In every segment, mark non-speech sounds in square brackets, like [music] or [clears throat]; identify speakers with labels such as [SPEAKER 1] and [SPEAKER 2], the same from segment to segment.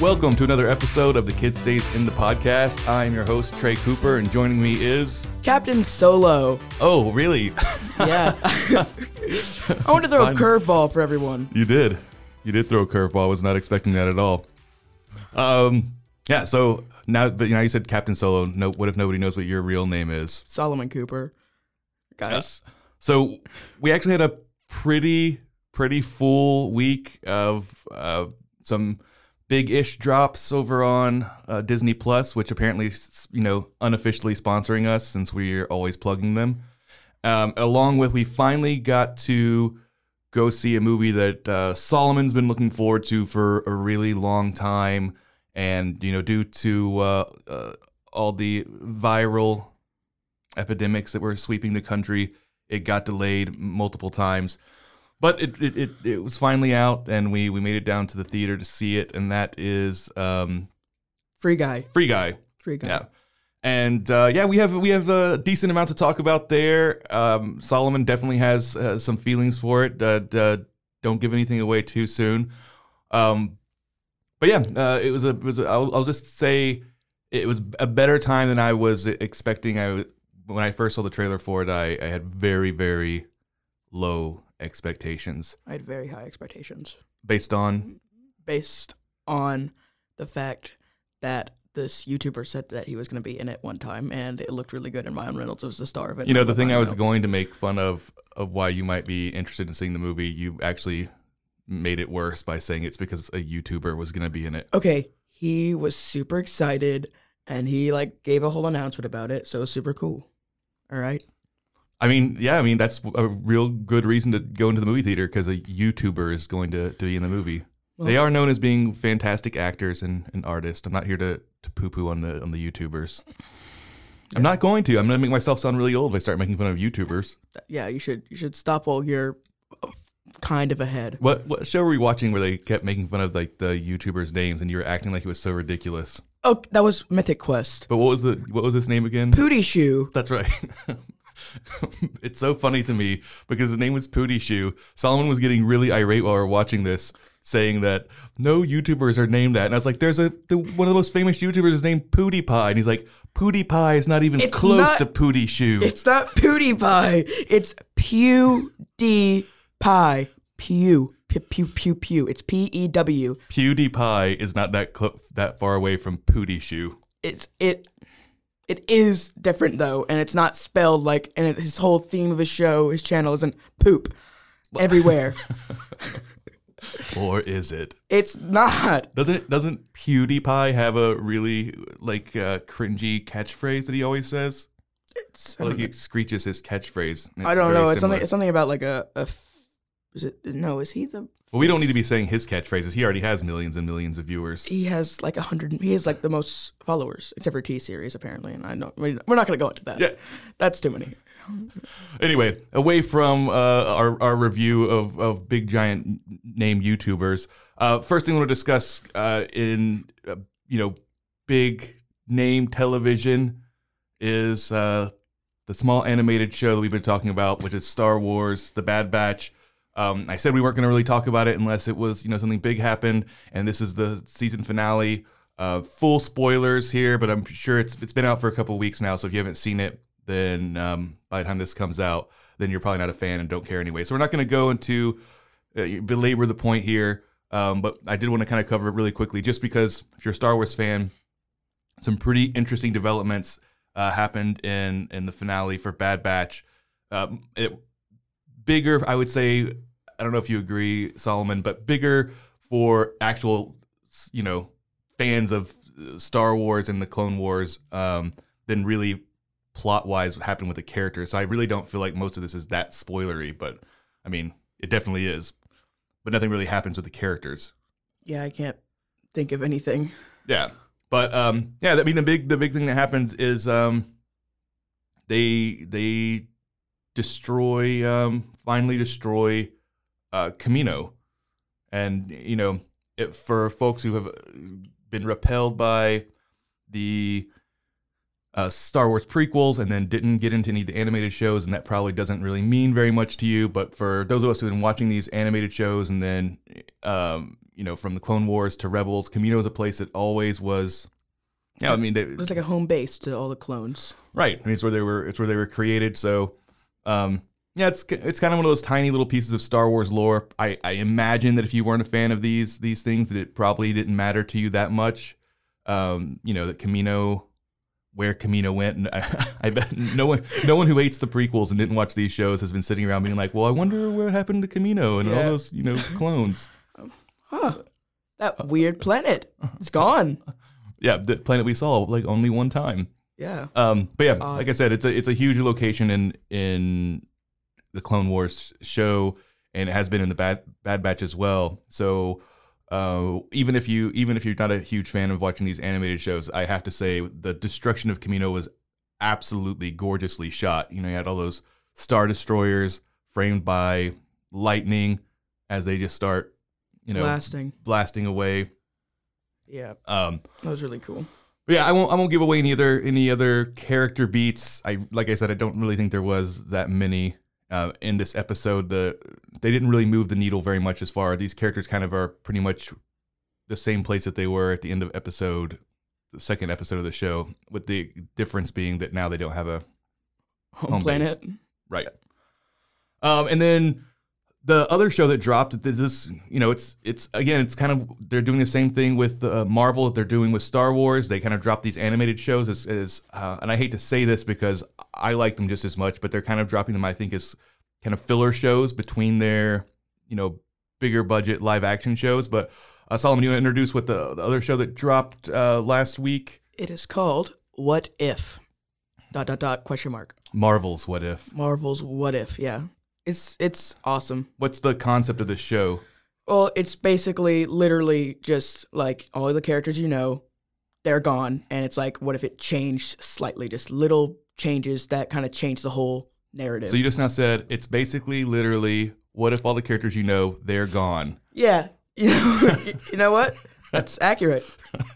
[SPEAKER 1] Welcome to another episode of the Kid Stays in the Podcast. I am your host, Trey Cooper, and joining me is.
[SPEAKER 2] Captain Solo.
[SPEAKER 1] Oh, really? [laughs]
[SPEAKER 2] Yeah. I want to throw a
[SPEAKER 1] Fine.
[SPEAKER 2] curveball for everyone.
[SPEAKER 1] you did. You did throw a curveball. I was not expecting that at all. Um, yeah, so now but now you said Captain Solo. No, what if nobody knows what your real name is?
[SPEAKER 2] Solomon Cooper. Guys.
[SPEAKER 1] So we actually had a pretty, pretty full week of uh, some big ish drops over on uh, Disney Plus, which apparently is, you know unofficially sponsoring us since we're always plugging them. Um, along with, we finally got to go see a movie that uh, Solomon's been looking forward to for a really long time, and you know, due to uh, uh, all the viral epidemics that were sweeping the country, it got delayed multiple times. But it it, it, it was finally out, and we we made it down to the theater to see it, and that is um,
[SPEAKER 2] Free guy.
[SPEAKER 1] Free Guy.
[SPEAKER 2] Free guy.
[SPEAKER 1] Yeah. And uh, yeah, we have we have a decent amount to talk about there. Um, Solomon definitely has uh, some feelings for it. Uh, uh, don't give anything away too soon. Um, but yeah, uh, it was a, it was a I'll, I'll just say it was a better time than I was expecting. I was- when I first saw the trailer for it, I, I had very very low expectations
[SPEAKER 2] I had very high expectations
[SPEAKER 1] based on
[SPEAKER 2] based on the fact that this YouTuber said that he was going to be in it one time, and it looked really good, and Ryan Reynolds was the star of it.
[SPEAKER 1] you know
[SPEAKER 2] and
[SPEAKER 1] the thing I
[SPEAKER 2] Ryan
[SPEAKER 1] was
[SPEAKER 2] Reynolds.
[SPEAKER 1] going to make fun of of why you might be interested in seeing the movie. You actually made it worse by saying it's because a YouTuber was going to be in it.
[SPEAKER 2] Okay, he was super excited, and he like gave a whole announcement about it, so it was super cool. All right,
[SPEAKER 1] I mean, yeah, I mean that's a real good reason to go into the movie theater because a YouTuber is going to, to be in the movie. they are known as being fantastic actors and, and artists. I'm not here to, to poo poo on the on the YouTubers. I'm not going to. I'm going to make myself sound really old if I start making fun of YouTubers.
[SPEAKER 2] Th- yeah, you should you should stop while you're uh, kind of ahead.
[SPEAKER 1] What what show were we watching where they kept making fun of like the YouTubers' names and you were acting like it was so ridiculous?
[SPEAKER 2] Oh, that was Mythic Quest.
[SPEAKER 1] But what was the what was his name again?
[SPEAKER 2] Booty Shoe.
[SPEAKER 1] That's right. [laughs] it's so funny to me because his name was Pooty Shoe. Solomon was getting really irate while we were watching this, saying that no YouTubers are named that. And I was like, there's a the, one of the most famous YouTubers is named Pootie Pie. And he's like, Pootie Pie is not even
[SPEAKER 2] It's
[SPEAKER 1] close
[SPEAKER 2] not-
[SPEAKER 1] to Pooty Shoe.
[SPEAKER 2] It's not PewDiePie. It's Pew D Pie. Pew. Pew pew pew pew. It's P E W.
[SPEAKER 1] PewDiePie is not that clo- that far away from Pootie Shoe.
[SPEAKER 2] It's it. It is different though, and it's not spelled like. And it, his whole theme of his show, his channel, isn't poop
[SPEAKER 1] [laughs]
[SPEAKER 2] everywhere.
[SPEAKER 1] Or is it?
[SPEAKER 2] it's not.
[SPEAKER 1] Doesn't it, doesn't PewDiePie have a really like uh, cringy catchphrase that he always says?
[SPEAKER 2] It's, I
[SPEAKER 1] Like
[SPEAKER 2] don't, [laughs]
[SPEAKER 1] he screeches his catchphrase. and
[SPEAKER 2] I don't
[SPEAKER 1] very
[SPEAKER 2] know.
[SPEAKER 1] similar.
[SPEAKER 2] It's something. It's something about like a. a f- is it no? Is he the?
[SPEAKER 1] Well, we don't need to be saying his catchphrases. He already has millions and millions of viewers.
[SPEAKER 2] He has like a hundred. He has like the most followers, except for T series apparently. And I don't. We're not gonna go into that.
[SPEAKER 1] Yeah.
[SPEAKER 2] That's too many.
[SPEAKER 1] Anyway, away from uh, our, our review of, of big giant name YouTubers, uh, first thing I want to discuss uh, in uh, you know big name television is uh, the small animated show that we've been talking about, which is Star Wars: The Bad Batch. Um, I said we weren't going to really talk about it unless it was you know something big happened, and this is the season finale. Uh, full spoilers here, but I'm sure it's it's been out for a couple weeks now. So if you haven't seen it, then um, by the time this comes out, then you're probably not a fan and don't care anyway. So we're not going to go into uh, belabor the point here, um, but I did want to kind of cover it really quickly, just because if you're a Star Wars fan, some pretty interesting developments uh, happened in in the finale for Bad Batch. Um, it bigger, I would say. I don't know if you agree, Solomon, but bigger for actual, you know, fans of uh, Star Wars and the Clone Wars um, than really plot wise happened with the character. So I really don't feel like most of this is that spoilery, but I mean, it definitely is. But nothing really happens with the characters.
[SPEAKER 2] Yeah, I can't think of anything.
[SPEAKER 1] Yeah. But um yeah, I mean the big the big thing that happens is um they they destroy um finally destroy uh Camino. And you know, it, for folks who have uh, been repelled by the uh, Star Wars prequels and then didn't get into any of the animated shows, and that probably doesn't really mean very much to you. But for those of us who've been watching these animated shows, and then um, you know from the Clone Wars to Rebels, Camino is a place that always was. Yeah, I mean, they,
[SPEAKER 2] It's like a home base to all the clones.
[SPEAKER 1] right. I mean, it's where they were. It's where they were created. So, um, yeah, it's it's kind of one of those tiny little pieces of Star Wars lore. I, I imagine that if you weren't a fan of these these things, that it probably didn't matter to you that much. Um, you know that Camino, where Camino went, and I, [laughs] I bet no one no one who hates the prequels and didn't watch these shows has been sitting around being like, well, I wonder what happened to Camino and all
[SPEAKER 2] Yeah.
[SPEAKER 1] those you know clones. [laughs]
[SPEAKER 2] Huh.
[SPEAKER 1] Uh,
[SPEAKER 2] That weird planet.
[SPEAKER 1] uh-huh.
[SPEAKER 2] It's gone.
[SPEAKER 1] yeah, the planet we saw like only one time.
[SPEAKER 2] Yeah.
[SPEAKER 1] Um, but yeah, like I said, it's a it's a huge location in in the Clone Wars show, and it has been in the Bad Bad Batch as well. So uh, even if you even if you're not a huge fan of watching these animated shows, I have to say the destruction of Kamino was absolutely gorgeously shot. You know, you had all those star destroyers framed by lightning as they just start, you know,
[SPEAKER 2] Blasting.
[SPEAKER 1] blasting away.
[SPEAKER 2] Yeah.
[SPEAKER 1] Um,
[SPEAKER 2] That was really cool.
[SPEAKER 1] but yeah, I won't. I won't give away any other any other character beats. I like I said, I don't really think there was that many uh, in this episode. The they didn't really move the needle very much as far. These characters kind of are pretty much the same place that they were at the end of episode, the second episode of the show, with the difference being that now they don't have a
[SPEAKER 2] Home,
[SPEAKER 1] Home base.
[SPEAKER 2] planet.
[SPEAKER 1] Right. Um, and then the other show that dropped this is you know it's it's again it's kind of they're doing the same thing with uh, Marvel that they're doing with Star Wars. They kind of drop these animated shows as, as uh, and I hate to say this because I like them just as much, but they're kind of dropping them I think as kind of filler shows between their you know bigger budget live action shows. But uh, Solomon, you want to introduce what the, the other show that dropped uh, last week?
[SPEAKER 2] It is called What If? Dot dot dot question mark.
[SPEAKER 1] Marvel's What If?
[SPEAKER 2] Marvel's What If, yeah. It's it's awesome.
[SPEAKER 1] What's the concept of the show?
[SPEAKER 2] Well, it's basically literally just like all the characters you know, they're gone, and it's like, what if it changed slightly? Just little changes that kind of change the whole narrative.
[SPEAKER 1] So you just now said it's basically literally what if all the characters you know they're gone? [laughs]
[SPEAKER 2] yeah, [laughs] you know, you know what? That's accurate.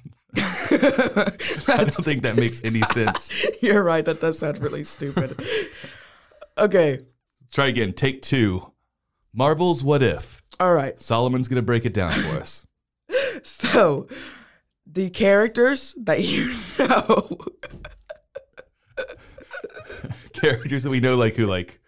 [SPEAKER 2] [laughs]
[SPEAKER 1] I don't think that makes any sense.
[SPEAKER 2] You're right. That does sound really stupid. [laughs] okay,
[SPEAKER 1] Try again. Take two. Marvel's What If.
[SPEAKER 2] all right.
[SPEAKER 1] Solomon's gonna break it down for us.
[SPEAKER 2] So, the characters that you [laughs] know,
[SPEAKER 1] characters that we know, like who, like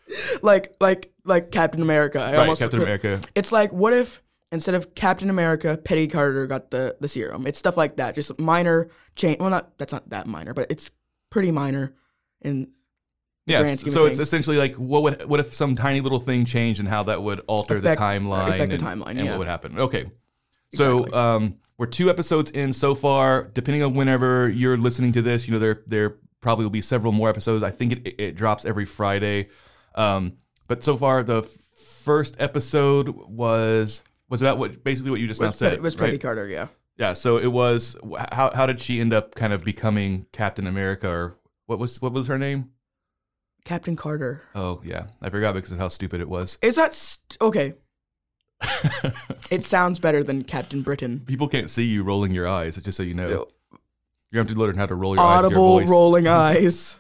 [SPEAKER 2] like like like Captain America. I
[SPEAKER 1] right,
[SPEAKER 2] almost
[SPEAKER 1] Captain America.
[SPEAKER 2] It's like what if instead of Captain America, Peggy Carter got the the serum. It's stuff like that. Just minor change. Well, not that's not that minor, but it's pretty minor. And
[SPEAKER 1] Yeah.
[SPEAKER 2] grand scheme of
[SPEAKER 1] So it's
[SPEAKER 2] things.
[SPEAKER 1] essentially like what would what if some tiny little thing changed and how that would alter
[SPEAKER 2] Affect- uh,
[SPEAKER 1] the timeline,
[SPEAKER 2] affect the
[SPEAKER 1] and,
[SPEAKER 2] timeline,
[SPEAKER 1] and
[SPEAKER 2] yeah.
[SPEAKER 1] what would happen? Okay. So
[SPEAKER 2] Exactly.
[SPEAKER 1] um, we're two episodes in so far. Depending on whenever you're listening to this, you know there there probably will be several more episodes. I think it it drops every Friday. Um, but so far the f- first episode was was about what basically what you just now
[SPEAKER 2] was,
[SPEAKER 1] said.
[SPEAKER 2] Pet- was
[SPEAKER 1] right?
[SPEAKER 2] Peggy Carter? Yeah.
[SPEAKER 1] Yeah. So it was wh- how how did she end up kind of becoming Captain America or what was what was her name?
[SPEAKER 2] Captain Carter.
[SPEAKER 1] Oh yeah, I forgot because of how stupid it was.
[SPEAKER 2] Is that st-
[SPEAKER 1] [laughs]
[SPEAKER 2] okay? it sounds better than Captain Britain.
[SPEAKER 1] People can't see you rolling your eyes, just so you know. [laughs] You're gonna have to learn how to roll your eyes. with your
[SPEAKER 2] Audible
[SPEAKER 1] voice.
[SPEAKER 2] rolling eyes.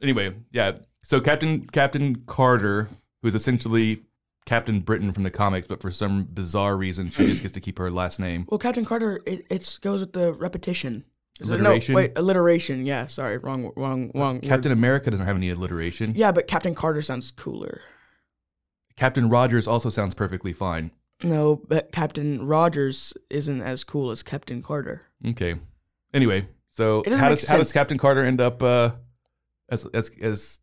[SPEAKER 1] Anyway, yeah, So Captain Captain Carter, who's essentially Captain Britain from the comics, but for some bizarre reason, she just gets to keep her last name.
[SPEAKER 2] Well, Captain Carter, it it's, goes with the repetition. Is it-
[SPEAKER 1] Alliteration?
[SPEAKER 2] No, wait, alliteration. Yeah, sorry, wrong, wrong, wrong. word.
[SPEAKER 1] Captain America doesn't have any alliteration.
[SPEAKER 2] Yeah, but Captain Carter sounds cooler.
[SPEAKER 1] Captain Rogers also sounds perfectly fine.
[SPEAKER 2] No, but Captain Rogers isn't as cool as Captain Carter.
[SPEAKER 1] Okay. Anyway, so
[SPEAKER 2] It doesn't
[SPEAKER 1] how
[SPEAKER 2] make
[SPEAKER 1] does how does
[SPEAKER 2] sense.
[SPEAKER 1] Captain Carter end up uh, as as as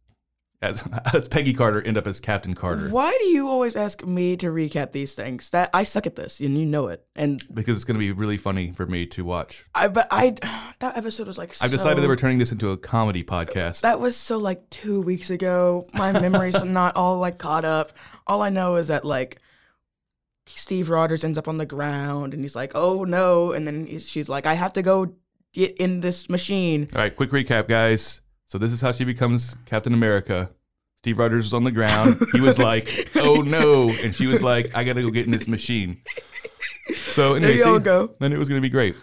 [SPEAKER 1] as [laughs] how does Peggy Carter end up as Captain Carter?
[SPEAKER 2] Why do you always ask me to recap these things? That I suck at this, and you know it. And
[SPEAKER 1] Because it's going to be really funny for me to watch.
[SPEAKER 2] I, but I, [sighs] that episode was like.
[SPEAKER 1] I've decided
[SPEAKER 2] so-
[SPEAKER 1] that we're turning this into a comedy podcast.
[SPEAKER 2] That was so like two weeks ago.
[SPEAKER 1] [laughs]
[SPEAKER 2] My memories are not all like caught up. All I know is that like Steve Rogers ends up on the ground and he's like, "Oh no!" And then he's, she's like, "I have to go get in this machine."
[SPEAKER 1] All right, quick recap, guys. So this is how she becomes Captain America. Steve Rogers was on the ground. He
[SPEAKER 2] [laughs]
[SPEAKER 1] was like, "Oh no," and she was like, "I gotta go get in this machine." So anyway,
[SPEAKER 2] There you all
[SPEAKER 1] see,
[SPEAKER 2] go.
[SPEAKER 1] Then it was gonna be great.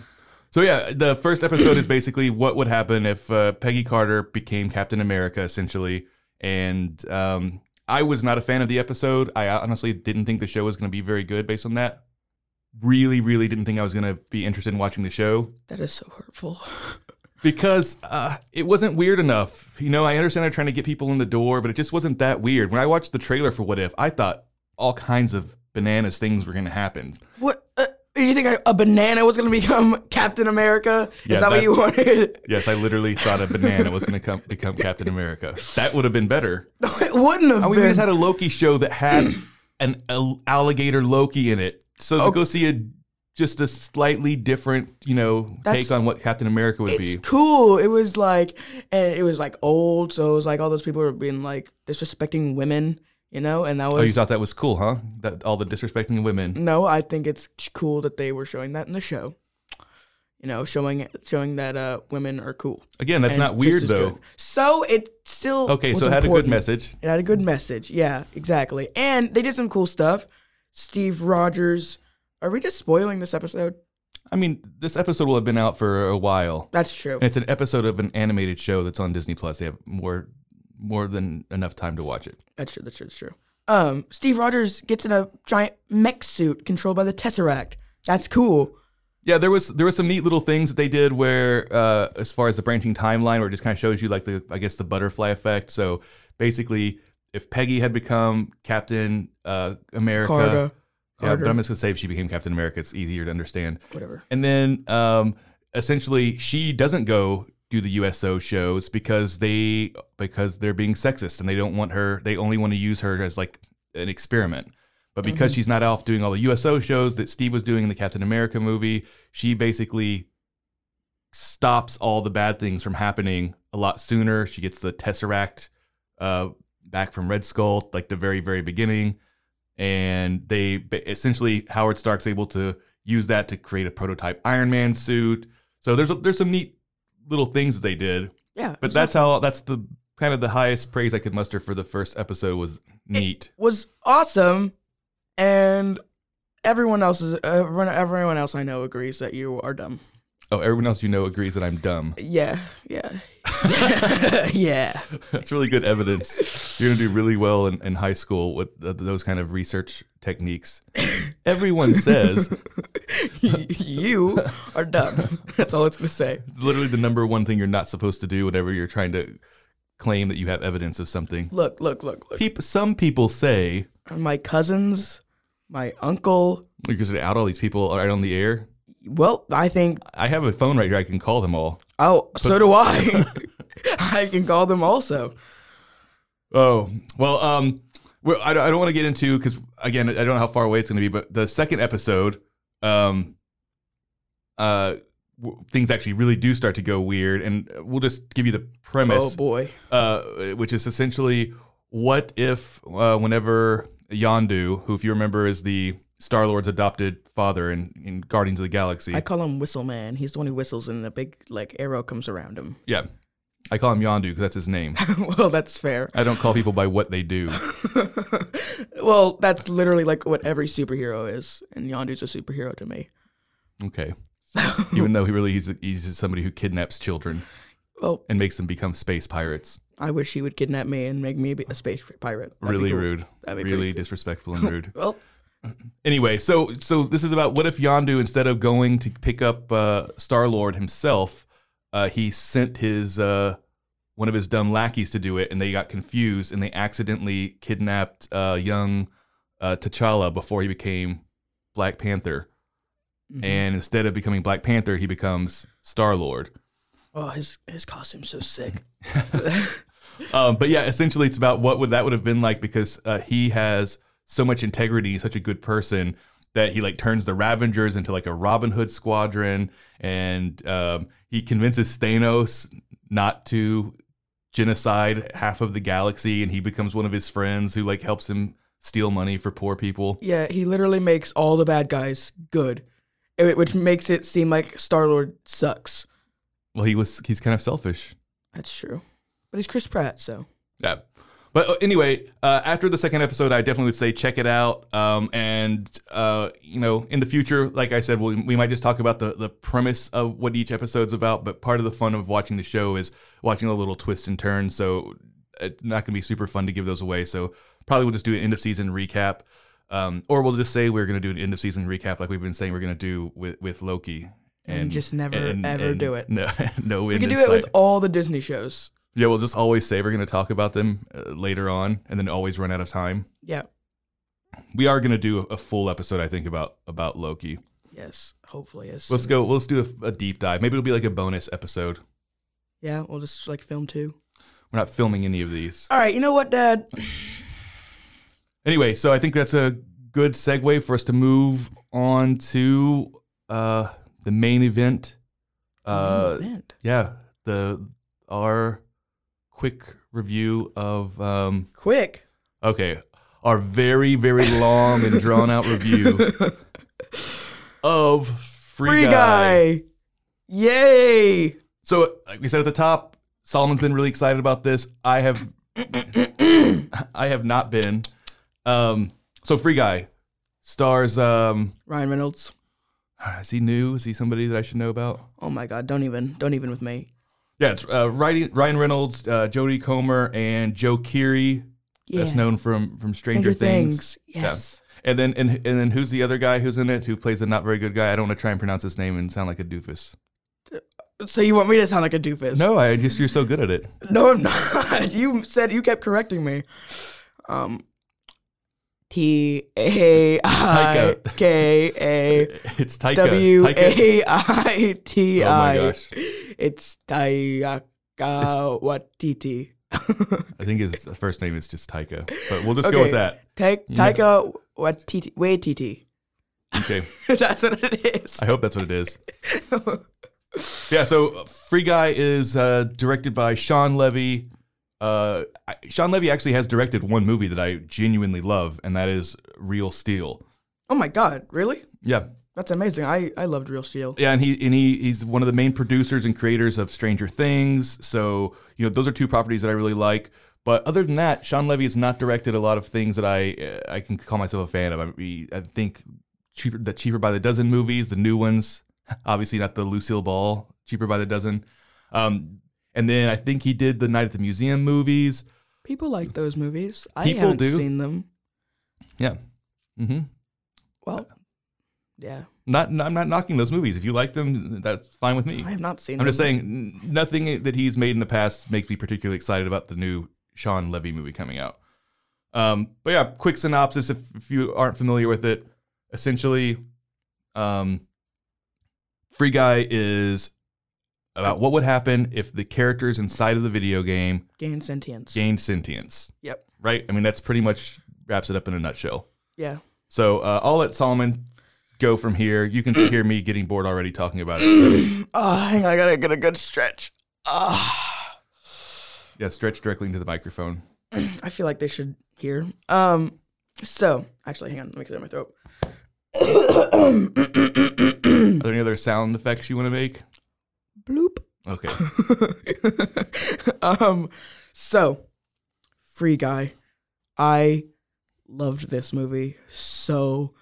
[SPEAKER 1] So yeah, the first episode is basically what would happen if uh, Peggy Carter became Captain America, essentially. And um, I was not a fan of the episode. I honestly didn't think the show was gonna be very good based on that. Really, really didn't think I was gonna be interested in watching the show
[SPEAKER 2] That is so hurtful.
[SPEAKER 1] because uh, it wasn't weird enough. You know, I understand they're trying to get people in the door, but it just wasn't that weird. When I watched the trailer for What If, I thought all kinds of bananas things were going to happen.
[SPEAKER 2] What? Uh, did you think a, a banana was gonna become [laughs] Captain America?
[SPEAKER 1] Yeah,
[SPEAKER 2] is
[SPEAKER 1] that-
[SPEAKER 2] that, what you
[SPEAKER 1] [laughs]
[SPEAKER 2] wanted?
[SPEAKER 1] Yes, I literally thought a banana was going to come, become Captain America. That would have been better.
[SPEAKER 2] No, it wouldn't have
[SPEAKER 1] I mean, we
[SPEAKER 2] been.
[SPEAKER 1] just had a Loki show that had an al- alligator Loki in it, so to
[SPEAKER 2] Oh.
[SPEAKER 1] go see a just a slightly different, you know,
[SPEAKER 2] That's-
[SPEAKER 1] take on what Captain America would be.
[SPEAKER 2] it's cool. It was like, and it was like old, so it was like all those people were being like disrespecting women, you know, and that was.
[SPEAKER 1] Oh, you thought that was cool, huh? That all the disrespecting women.
[SPEAKER 2] No, I think it's ch- cool that they were showing that in the show. You know, showing showing that uh, women are cool.
[SPEAKER 1] Again, that's
[SPEAKER 2] and
[SPEAKER 1] not
[SPEAKER 2] just
[SPEAKER 1] weird
[SPEAKER 2] as
[SPEAKER 1] though.
[SPEAKER 2] good. So it still
[SPEAKER 1] Okay,
[SPEAKER 2] was
[SPEAKER 1] so it had a good
[SPEAKER 2] important.
[SPEAKER 1] message.
[SPEAKER 2] It had a good message. Yeah, exactly. And they did some cool stuff. Steve Rogers. Are we just spoiling this episode?
[SPEAKER 1] I mean, this episode will have been out for a while.
[SPEAKER 2] That's true.
[SPEAKER 1] And it's an episode of an animated show that's on Disney Plus. They have more more than enough time to watch it.
[SPEAKER 2] That's true. That's true. That's true. Um, Steve Rogers gets in a giant mech suit controlled by the Tesseract. That's cool.
[SPEAKER 1] Yeah, there was there was some neat little things that they did where uh, as far as the branching timeline where it just kind of shows you like the I guess the butterfly effect. So basically if Peggy had become Captain uh, America,
[SPEAKER 2] Carter.
[SPEAKER 1] yeah, but
[SPEAKER 2] Carter.
[SPEAKER 1] I'm just gonna say if she became Captain America, it's easier to understand.
[SPEAKER 2] Whatever.
[SPEAKER 1] And then um, essentially, she doesn't go do the USO shows because they because they're being sexist and they don't want her. They only want to use her as like an experiment. But because she's not off doing all the USO shows that Steve was doing in the Captain America movie, she basically stops all the bad things from happening a lot sooner. She gets the Tesseract uh, back from Red Skull, like the very very beginning and they ba- essentially Howard Stark's able to use that to create a prototype Iron Man suit. So there's a, there's some neat little things they did,
[SPEAKER 2] Yeah.
[SPEAKER 1] but that's how that's the kind of the highest praise I could muster for the first episode was neat.
[SPEAKER 2] was awesome, and everyone else is everyone, everyone else I know agrees that you are dumb.
[SPEAKER 1] Oh, everyone else you know agrees that I'm dumb. [laughs]
[SPEAKER 2] Yeah, yeah, [laughs] yeah.
[SPEAKER 1] that's really good evidence. You're gonna do really well in, in high school with th- those kind of research techniques. Everyone says
[SPEAKER 2] [laughs] you are dumb. [laughs] That's all it's gonna say.
[SPEAKER 1] it's literally the number one thing you're not supposed to do whenever you're trying to claim that you have evidence of something.
[SPEAKER 2] Look, look, look, look.
[SPEAKER 1] Peop some people say
[SPEAKER 2] My cousins, my uncle.
[SPEAKER 1] because out all these people are out on the air.
[SPEAKER 2] Well, I think.
[SPEAKER 1] I have a phone right here. I can call them all.
[SPEAKER 2] Oh, so do I. [laughs] I can call them also.
[SPEAKER 1] Oh well, um, well, I, don't- I don't want to get into because again, I don't know how far away it's going to be. But the second episode, um, uh, w- things actually really do start to go weird, and we'll just give you the
[SPEAKER 2] Oh
[SPEAKER 1] premise,
[SPEAKER 2] boy.
[SPEAKER 1] uh, which is essentially what if uh, whenever Yondu, who if you remember is the Star Lord's adopted father in, in Guardians of the Galaxy,
[SPEAKER 2] I call him Whistle Man. He's the one who whistles, and the big like arrow comes around him. [laughs]
[SPEAKER 1] yeah, I call him Yondu because that's his name.
[SPEAKER 2] well, that's fair.
[SPEAKER 1] I don't call people by what they
[SPEAKER 2] [laughs]
[SPEAKER 1] do.
[SPEAKER 2] well, that's literally like what every superhero is, and Yondu's a superhero to me.
[SPEAKER 1] Okay.
[SPEAKER 2] [laughs]
[SPEAKER 1] Even though he really he's, he's just somebody who kidnaps children
[SPEAKER 2] Well,
[SPEAKER 1] and makes them become space pirates.
[SPEAKER 2] I wish he would kidnap me and make me be- a space pirate. That'd be
[SPEAKER 1] really
[SPEAKER 2] cool.
[SPEAKER 1] rude.
[SPEAKER 2] That'd be
[SPEAKER 1] really
[SPEAKER 2] pretty
[SPEAKER 1] disrespectful
[SPEAKER 2] [laughs]
[SPEAKER 1] and rude.
[SPEAKER 2] Well,
[SPEAKER 1] anyway, so so this is about what if Yondu instead of going to pick up uh, Star Lord himself, uh, he sent his uh, one of his dumb lackeys to do it, and they got confused and they accidentally kidnapped uh, young uh, T'Challa before he became Black Panther.
[SPEAKER 2] Mhm.
[SPEAKER 1] And instead of becoming Black Panther, he becomes Star Lord.
[SPEAKER 2] oh, his his costume's
[SPEAKER 1] [laughs]
[SPEAKER 2] so sick.
[SPEAKER 1] um, but yeah, essentially, it's about what would that would have been like because uh, he has so much integrity, he's such a good person that he like turns the Ravengers into like a Robin Hood squadron, and um, he convinces Thanos not to genocide half of the galaxy, and he becomes one of his friends who like helps him steal money for poor people.
[SPEAKER 2] Yeah, he literally makes all the bad guys good, eh, which makes it seem like Star Lord sucks.
[SPEAKER 1] Well, he was he's kind of selfish.
[SPEAKER 2] That's true, but he's Chris Pratt, so
[SPEAKER 1] Yeah. But uh, anyway, uh, after the second episode, I definitely would say check it out. Um, and uh, you know, in the future, like I said, we, we might just talk about the the premise of what each episode's about. But part of the fun of watching the show is watching the little twists and turns. So it's not going to be super fun to give those away. So probably we'll just do an end of season recap, um, or we'll just say we're going to do an end of season recap, like we've been saying we're going to do with with Loki.
[SPEAKER 2] And just never, ever do
[SPEAKER 1] [laughs]
[SPEAKER 2] it.
[SPEAKER 1] No, no.
[SPEAKER 2] we can do it with all the Disney shows.
[SPEAKER 1] Yeah, we'll just always say we're going to talk about them uh, later on, and then always run out of time.
[SPEAKER 2] Yeah.
[SPEAKER 1] We are going to do a, a full episode, I think, about about Loki.
[SPEAKER 2] Yes. Hopefully. Yes.
[SPEAKER 1] Let's go. Let's do a, a deep dive. Maybe it'll be like a bonus episode.
[SPEAKER 2] yeah, we'll just like film two.
[SPEAKER 1] We're not filming any of these
[SPEAKER 2] All right. You know what, Dad?
[SPEAKER 1] anyway. So I think that's a good segue for us to move on to uh, the main event. Uh,
[SPEAKER 2] Event.
[SPEAKER 1] yeah, the our quick review of um,
[SPEAKER 2] Quick.
[SPEAKER 1] Okay. Our very, very long and drawn out [laughs] review of Free,
[SPEAKER 2] Free
[SPEAKER 1] Guy.
[SPEAKER 2] guy. Yay.
[SPEAKER 1] So, like we said at the top, Solomon's been really excited about this. I have, [coughs] I have not been. Um, so, Free Guy stars. Um,
[SPEAKER 2] Ryan Reynolds.
[SPEAKER 1] is he new? Is he somebody that I should know about?
[SPEAKER 2] Oh my God! Don't even. Don't even with me.
[SPEAKER 1] Yeah, it's uh, Ryan Ryan Reynolds, uh, Jodie Comer, and Joe Keery.
[SPEAKER 2] Yeah.
[SPEAKER 1] That's known from from Stranger,
[SPEAKER 2] Stranger
[SPEAKER 1] Things. Yeah.
[SPEAKER 2] Yes.
[SPEAKER 1] And then and, and then who's the other guy who's in it who plays a not very good guy? I don't want to try and pronounce his name and sound like a doofus.
[SPEAKER 2] So you want me to sound like a doofus?
[SPEAKER 1] No, I just you're so good at it.
[SPEAKER 2] No, I'm not. [laughs] You said you kept correcting me. Um, T A I
[SPEAKER 1] Taika.
[SPEAKER 2] K A
[SPEAKER 1] It's Taika.
[SPEAKER 2] W
[SPEAKER 1] Taika-
[SPEAKER 2] [laughs] A I T
[SPEAKER 1] Oh my
[SPEAKER 2] I.
[SPEAKER 1] gosh.
[SPEAKER 2] It's Taika Waititi.
[SPEAKER 1] I think his first name is just Taika. But we'll just go
[SPEAKER 2] Okay.
[SPEAKER 1] with that. Mm-hmm.
[SPEAKER 2] Ta-
[SPEAKER 1] You know-
[SPEAKER 2] Taika Waititi. Waititi. [laughs]
[SPEAKER 1] Okay.
[SPEAKER 2] That's what it is.
[SPEAKER 1] I hope that's what it
[SPEAKER 2] [laughs]
[SPEAKER 1] is. Yeah, so uh, Free Guy is uh, directed by Sean Levy. Uh, I- Sean Levy actually has directed one movie that I genuinely love, and that is Real Steel.
[SPEAKER 2] oh my God! Really?
[SPEAKER 1] Yeah,
[SPEAKER 2] That's amazing. I I loved Real Steel.
[SPEAKER 1] Yeah, and he and he he's one of the main producers and creators of Stranger Things. So you know those are two properties that I really like. But other than that, Sean Levy has not directed a lot of things that I uh, I can call myself a fan of. I, mean, I think cheaper the cheaper by the dozen movies, the new ones, [laughs] obviously not the Lucille Ball cheaper by the dozen. Um, and then I think he did the Night at the Museum movies.
[SPEAKER 2] People like those movies. I
[SPEAKER 1] People
[SPEAKER 2] haven't
[SPEAKER 1] do.
[SPEAKER 2] seen them.
[SPEAKER 1] Yeah, hmm
[SPEAKER 2] Well, yeah,
[SPEAKER 1] not I'm not knocking those movies. If you like them, that's fine with me.
[SPEAKER 2] I have not seen.
[SPEAKER 1] I'm just
[SPEAKER 2] them.
[SPEAKER 1] saying, n- nothing that he's made in the past makes me particularly excited about the new Sean Levy movie coming out. Um, but yeah, quick synopsis if, if you aren't familiar with it. Essentially, um, Free Guy is about what would happen if the characters inside of the video game
[SPEAKER 2] gain sentience.
[SPEAKER 1] gained sentience,
[SPEAKER 2] Yep.
[SPEAKER 1] right? I mean, that's pretty much wraps it up in a nutshell.
[SPEAKER 2] Yeah. [clears throat]
[SPEAKER 1] So uh, I'll let Solomon go from here. You can hear me getting bored already talking about it. So
[SPEAKER 2] Oh, hang on, I gotta get a good stretch. Ah,
[SPEAKER 1] yeah, stretch directly into the microphone.
[SPEAKER 2] I feel like they should hear. Um, so actually, hang on, let me clear my throat. [coughs]
[SPEAKER 1] Are there any other sound effects you want to make?
[SPEAKER 2] Bloop. [laughs]
[SPEAKER 1] Okay.
[SPEAKER 2] um, so Free Guy, I loved this movie so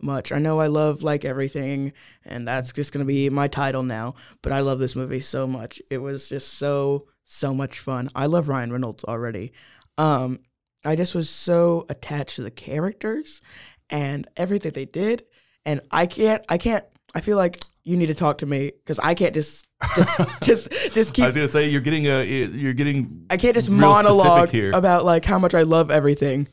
[SPEAKER 2] much. I know I love like everything, and that's just gonna be my title now. But I love this movie so much. It was just so so much fun. I love Ryan Reynolds already. Um, I just was so attached to the characters and everything they did, and I can't, I can't. I feel like you need to talk to me because I can't just, just, [laughs] just, just
[SPEAKER 1] I
[SPEAKER 2] keep.
[SPEAKER 1] was gonna say you're getting a you're getting
[SPEAKER 2] I can't just
[SPEAKER 1] real
[SPEAKER 2] monologue
[SPEAKER 1] specific here.
[SPEAKER 2] about like how much I love everything.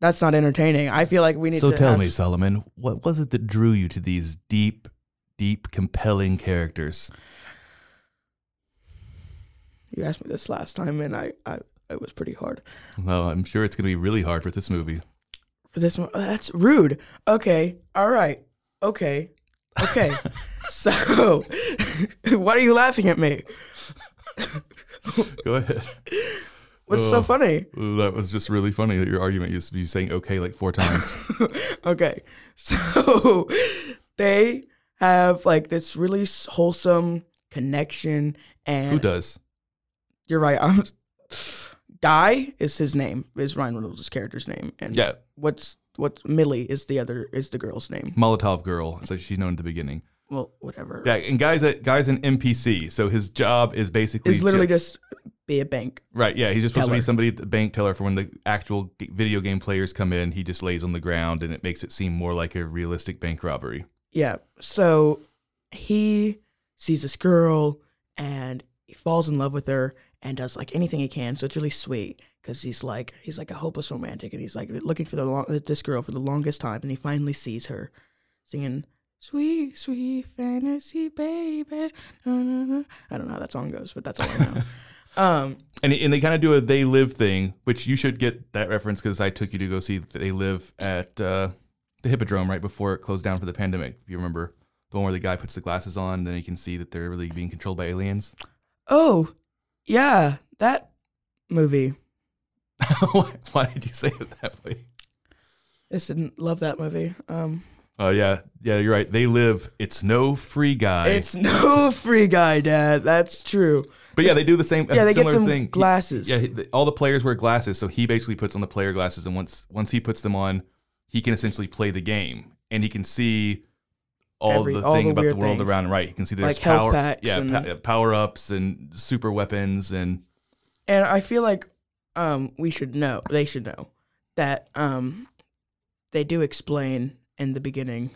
[SPEAKER 2] That's not entertaining. I feel like we need.
[SPEAKER 1] So
[SPEAKER 2] to
[SPEAKER 1] tell
[SPEAKER 2] have-
[SPEAKER 1] me, Solomon, what was it that drew you to these deep, deep, compelling characters?
[SPEAKER 2] You asked me this last time, and I, I, it was pretty hard.
[SPEAKER 1] Well, I'm sure it's going to be really hard for this movie.
[SPEAKER 2] for this one. oh, That's rude. Okay. All right. Okay.
[SPEAKER 1] [laughs]
[SPEAKER 2] Okay. so, [laughs] why are you laughing at me?
[SPEAKER 1] Go ahead.
[SPEAKER 2] What's so
[SPEAKER 1] Ugh.
[SPEAKER 2] funny? [laughs]
[SPEAKER 1] Ooh, that was just really funny that your argument used to be saying okay like four times.
[SPEAKER 2] [laughs] Okay. So, [laughs] they have like this really s- wholesome connection and
[SPEAKER 1] Who does?
[SPEAKER 2] you're right. I'm Guy is his name. Is Ryan Reynolds' character's name. And
[SPEAKER 1] Yeah,
[SPEAKER 2] what's what's Millie is the other is the girl's name.
[SPEAKER 1] Molotov Girl. So she's known at the beginning.
[SPEAKER 2] Well, whatever.
[SPEAKER 1] Yeah, and guys, a, guys an NPC. So his job is basically
[SPEAKER 2] It's literally
[SPEAKER 1] ju-
[SPEAKER 2] just be a bank.
[SPEAKER 1] right. Yeah, he's just supposed to
[SPEAKER 2] teller.
[SPEAKER 1] be somebody at the bank teller for when the actual g- video game players come in. He just lays on the ground, and it makes it seem more like a realistic bank robbery.
[SPEAKER 2] Yeah. So he sees this girl and he falls in love with her and does like anything he can. So it's really sweet because he's like he's like a hopeless romantic and he's like looking for the long, this girl for the longest time and he finally sees her singing "Sweet Sweet Fantasy Baby." Na, na, na. I don't know how that song goes, but that's all I know. um,
[SPEAKER 1] And, and they kind of do a they live thing, which you should get that reference because I took you to go see they live at uh, the Hippodrome right before it closed down for the pandemic. If you remember the one where the guy puts the glasses on, then he can see that they're really being controlled by aliens. [laughs]
[SPEAKER 2] oh, yeah, that movie.
[SPEAKER 1] Why- Why did you say it that way?
[SPEAKER 2] I just didn't love that movie. Um,
[SPEAKER 1] Oh yeah, yeah, you're right. They live. It's no free guy.
[SPEAKER 2] it's [laughs] no free guy, Dad. That's true.
[SPEAKER 1] but yeah, they do the same.
[SPEAKER 2] Yeah, they get
[SPEAKER 1] similar
[SPEAKER 2] some
[SPEAKER 1] thing. He-
[SPEAKER 2] glasses.
[SPEAKER 1] yeah, he, the- all the players wear glasses, so he basically puts on the player glasses, and once once he puts them on, he can essentially play the game, and he can see all
[SPEAKER 2] Every-
[SPEAKER 1] the
[SPEAKER 2] all
[SPEAKER 1] thing
[SPEAKER 2] the
[SPEAKER 1] about the
[SPEAKER 2] weird
[SPEAKER 1] world
[SPEAKER 2] things.
[SPEAKER 1] around. Right, he can see there's
[SPEAKER 2] Like health
[SPEAKER 1] power,
[SPEAKER 2] packs
[SPEAKER 1] yeah,
[SPEAKER 2] and-
[SPEAKER 1] pa- yeah, power ups and super weapons, and
[SPEAKER 2] and I feel like um, we should know, they should know that um, they do explain in the beginning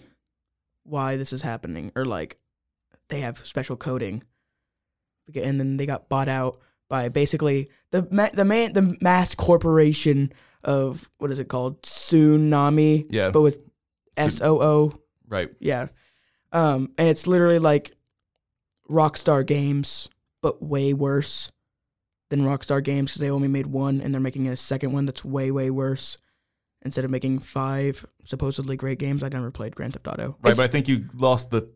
[SPEAKER 2] why this is happening, or like they have special coding, Beca- and then they got bought out by basically the ma- the man the mass corporation of what is it called tsunami,
[SPEAKER 1] Yeah.
[SPEAKER 2] but with S O O,
[SPEAKER 1] right,
[SPEAKER 2] yeah, um, and it's literally like Rockstar Games, but way worse than Rockstar Games because they only made one and they're making a second one that's way way worse. Instead of making five supposedly great games, I never played Grand Theft Auto.
[SPEAKER 1] right.
[SPEAKER 2] It's-
[SPEAKER 1] But I think you lost the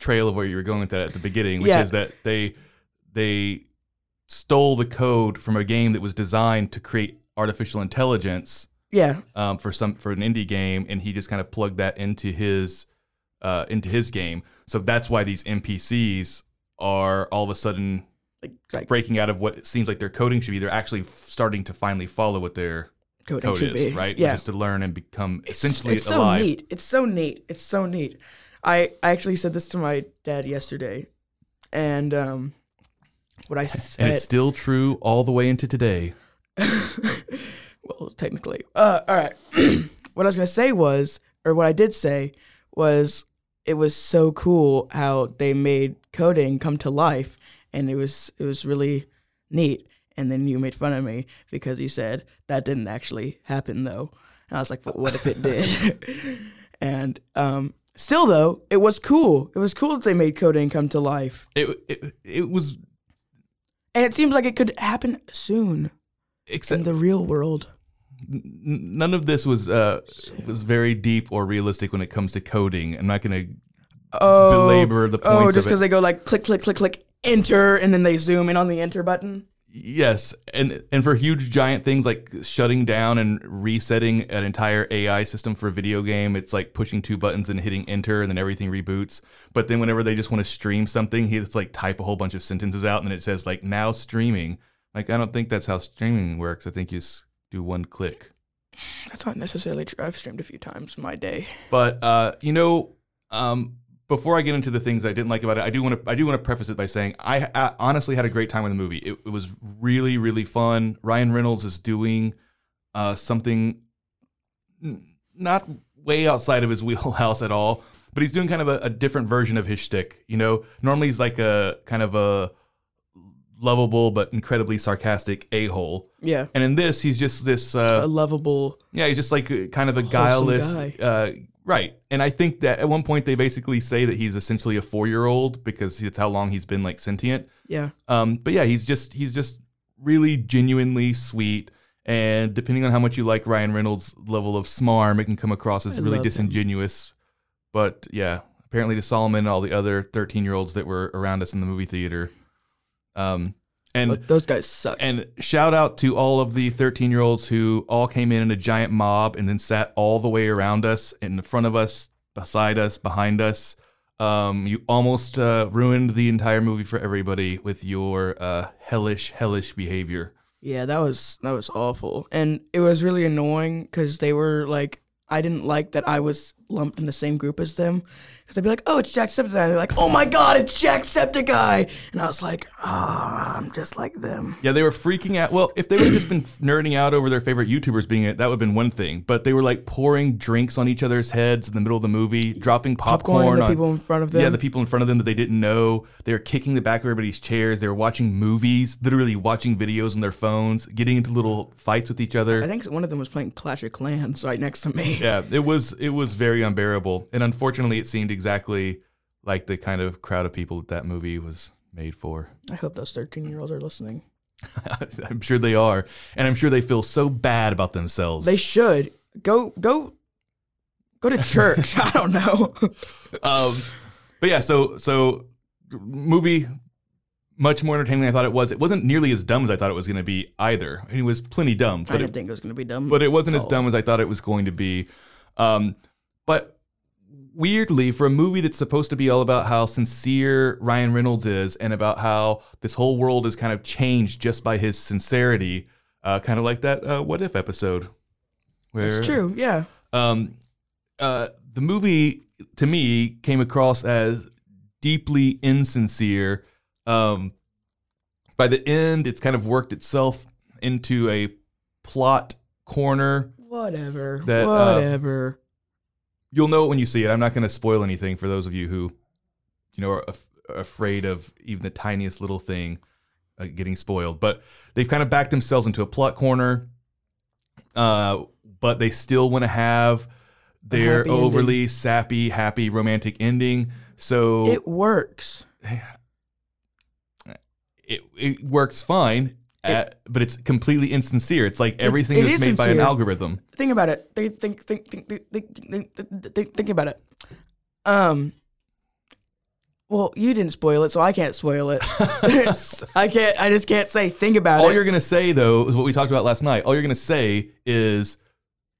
[SPEAKER 1] trail of where you were going with that at the beginning, which
[SPEAKER 2] Yeah.
[SPEAKER 1] is that they they stole the code from a game that was designed to create artificial intelligence
[SPEAKER 2] yeah,
[SPEAKER 1] um, for some for an indie game, and he just kind of plugged that into his uh, into his game. So that's why these NPCs are all of a sudden
[SPEAKER 2] like, like
[SPEAKER 1] breaking out of what seems like their coding should be. They're actually f- starting to finally follow what their
[SPEAKER 2] coding
[SPEAKER 1] code
[SPEAKER 2] should
[SPEAKER 1] is,
[SPEAKER 2] be
[SPEAKER 1] right?
[SPEAKER 2] Yeah,
[SPEAKER 1] Which is to learn and become
[SPEAKER 2] It's-
[SPEAKER 1] essentially
[SPEAKER 2] it's,
[SPEAKER 1] alive.
[SPEAKER 2] so neat. It's so neat. It's so neat. I I actually said this to my dad yesterday, and um, what I said.
[SPEAKER 1] And it's still true all the way into today.
[SPEAKER 2] well, technically. Uh, all right. [clears throat] what I was gonna say was, or what I did say was, it was so cool how they made coding come to life, and it was it was really neat. And then you made fun of me because you said that didn't actually happen though, and I was like, but what if it did? [laughs] and um, still though, it was cool. It was cool that they made coding come to life,
[SPEAKER 1] It it, it was
[SPEAKER 2] and it seems like it could happen soon in
[SPEAKER 1] except
[SPEAKER 2] the real world.
[SPEAKER 1] n- none of this was uh, was very deep or realistic when it comes to coding. I'm not going to
[SPEAKER 2] oh,
[SPEAKER 1] belabor the
[SPEAKER 2] Oh,
[SPEAKER 1] points
[SPEAKER 2] just
[SPEAKER 1] of it.
[SPEAKER 2] because they go like click, click, click, click, enter, and then they zoom in on the enter button.
[SPEAKER 1] Yes, and and for huge giant things like shutting down and resetting an entire AI system for a video game, it's like pushing two buttons and hitting enter, and then everything reboots. But then whenever they just want to stream something, he just like type a whole bunch of sentences out, and then it says like now streaming. Like I don't think that's how streaming works. I think you just do one click.
[SPEAKER 2] That's not necessarily true. I've streamed a few times in my day.
[SPEAKER 1] But uh, you know, um, before I get into the things that I didn't like about it, I do want to I do want to preface it by saying I, I honestly had a great time with the movie. It, it was really really fun. Ryan Reynolds is doing uh, something n- not way outside of his [laughs] wheelhouse at all, but he's doing kind of a, a different version of his shtick. You know, normally he's like a kind of a lovable but incredibly sarcastic a hole,
[SPEAKER 2] Yeah.
[SPEAKER 1] and in this he's just this uh,
[SPEAKER 2] A lovable.
[SPEAKER 1] yeah, he's just like uh, kind of a guileless.
[SPEAKER 2] Oh, guy.
[SPEAKER 1] Uh, right. And I think that at one point they basically say that he's essentially a four year old because it's how long he's been like sentient.
[SPEAKER 2] Yeah.
[SPEAKER 1] Um, but yeah, he's just he's just really genuinely sweet. And depending on how much you like Ryan Reynolds' level of smarm, it can come across as
[SPEAKER 2] I
[SPEAKER 1] really
[SPEAKER 2] love him.
[SPEAKER 1] disingenuous. But yeah, apparently to Solomon and all the other thirteen year olds that were around us in the movie theater. Um, and
[SPEAKER 2] But those guys suck.
[SPEAKER 1] and shout out to all of the 13 year olds who all came in in a giant mob and then sat all the way around us, in front of us, beside us, behind us. Um, you almost uh, ruined the entire movie for everybody with your uh, hellish, hellish behavior.
[SPEAKER 2] Yeah, that was that was awful, and it was really annoying because they were like, I didn't like that I was lumped in the same group as them, because I'd be like, oh, it's Jacksepticeye, and they're like, oh my god, it's Jacksepticeye, and I was like, ah, I'm just like them.
[SPEAKER 1] Yeah, they were freaking out. Well, if they would have just been nerding out over their favorite YouTubers being it, that would have been one thing. But they were like pouring drinks on each other's heads in the middle of the movie, dropping popcorn,
[SPEAKER 2] Popcorn, and the
[SPEAKER 1] on
[SPEAKER 2] people in front of them.
[SPEAKER 1] Yeah, the people in front of them that they didn't know. They were kicking the back of everybody's chairs. They were watching movies, literally watching videos on their phones, getting into little fights with each other.
[SPEAKER 2] I think one of them was playing Clash of Clans right next
[SPEAKER 1] [laughs]
[SPEAKER 2] to me.
[SPEAKER 1] yeah, it was it was very unbearable, and unfortunately, it seemed exactly like the kind of crowd of people that that movie was made for. [laughs]
[SPEAKER 2] I hope those 13 year olds are listening.
[SPEAKER 1] I'm sure they are, and I'm sure they feel so bad about themselves.
[SPEAKER 2] They should go go go to
[SPEAKER 1] [laughs]
[SPEAKER 2] church. I don't know.
[SPEAKER 1] um, but yeah, so so movie much more entertaining than I thought it was. It wasn't nearly as dumb as I thought it was going to be either. It was plenty dumb,
[SPEAKER 2] I
[SPEAKER 1] but
[SPEAKER 2] didn't
[SPEAKER 1] it,
[SPEAKER 2] think it was gonna be dumb.
[SPEAKER 1] but it wasn't as
[SPEAKER 2] Oh.
[SPEAKER 1] dumb as I thought it was going to be. Um, but weirdly, for a movie that's supposed to be all about how sincere Ryan Reynolds is and about how this whole world is kind of changed just by his sincerity, uh, kind of like that uh, "What If" episode. Where,
[SPEAKER 2] It's true. Yeah.
[SPEAKER 1] um, uh, the movie to me came across as deeply insincere. Um, by the end, it's kind of worked itself into a plot corner.
[SPEAKER 2] Whatever.
[SPEAKER 1] That, uh,
[SPEAKER 2] Whatever.
[SPEAKER 1] You'll know it when you see it. I'm not going to spoil anything for those of you who, you know, are af- afraid of even the tiniest little thing uh, getting spoiled. But they've kind of backed themselves into a plot corner. Uh, but they still want to have their
[SPEAKER 2] happy
[SPEAKER 1] overly sappy, happy romantic ending. So
[SPEAKER 2] It works.
[SPEAKER 1] it it works fine, at, but it's completely insincere. It's like everything
[SPEAKER 2] it
[SPEAKER 1] that's
[SPEAKER 2] is
[SPEAKER 1] made by an
[SPEAKER 2] sincere.
[SPEAKER 1] algorithm.
[SPEAKER 2] Think about it. Think think think think think think, think, think, think, think about it. Um. Well, you didn't spoil it, so I can't
[SPEAKER 1] [laughs]
[SPEAKER 2] spoil it. [laughs] It's- I can't. I just can't say. Think about
[SPEAKER 1] All
[SPEAKER 2] it.
[SPEAKER 1] you're gonna say though is what we talked about last night. All you're gonna say is,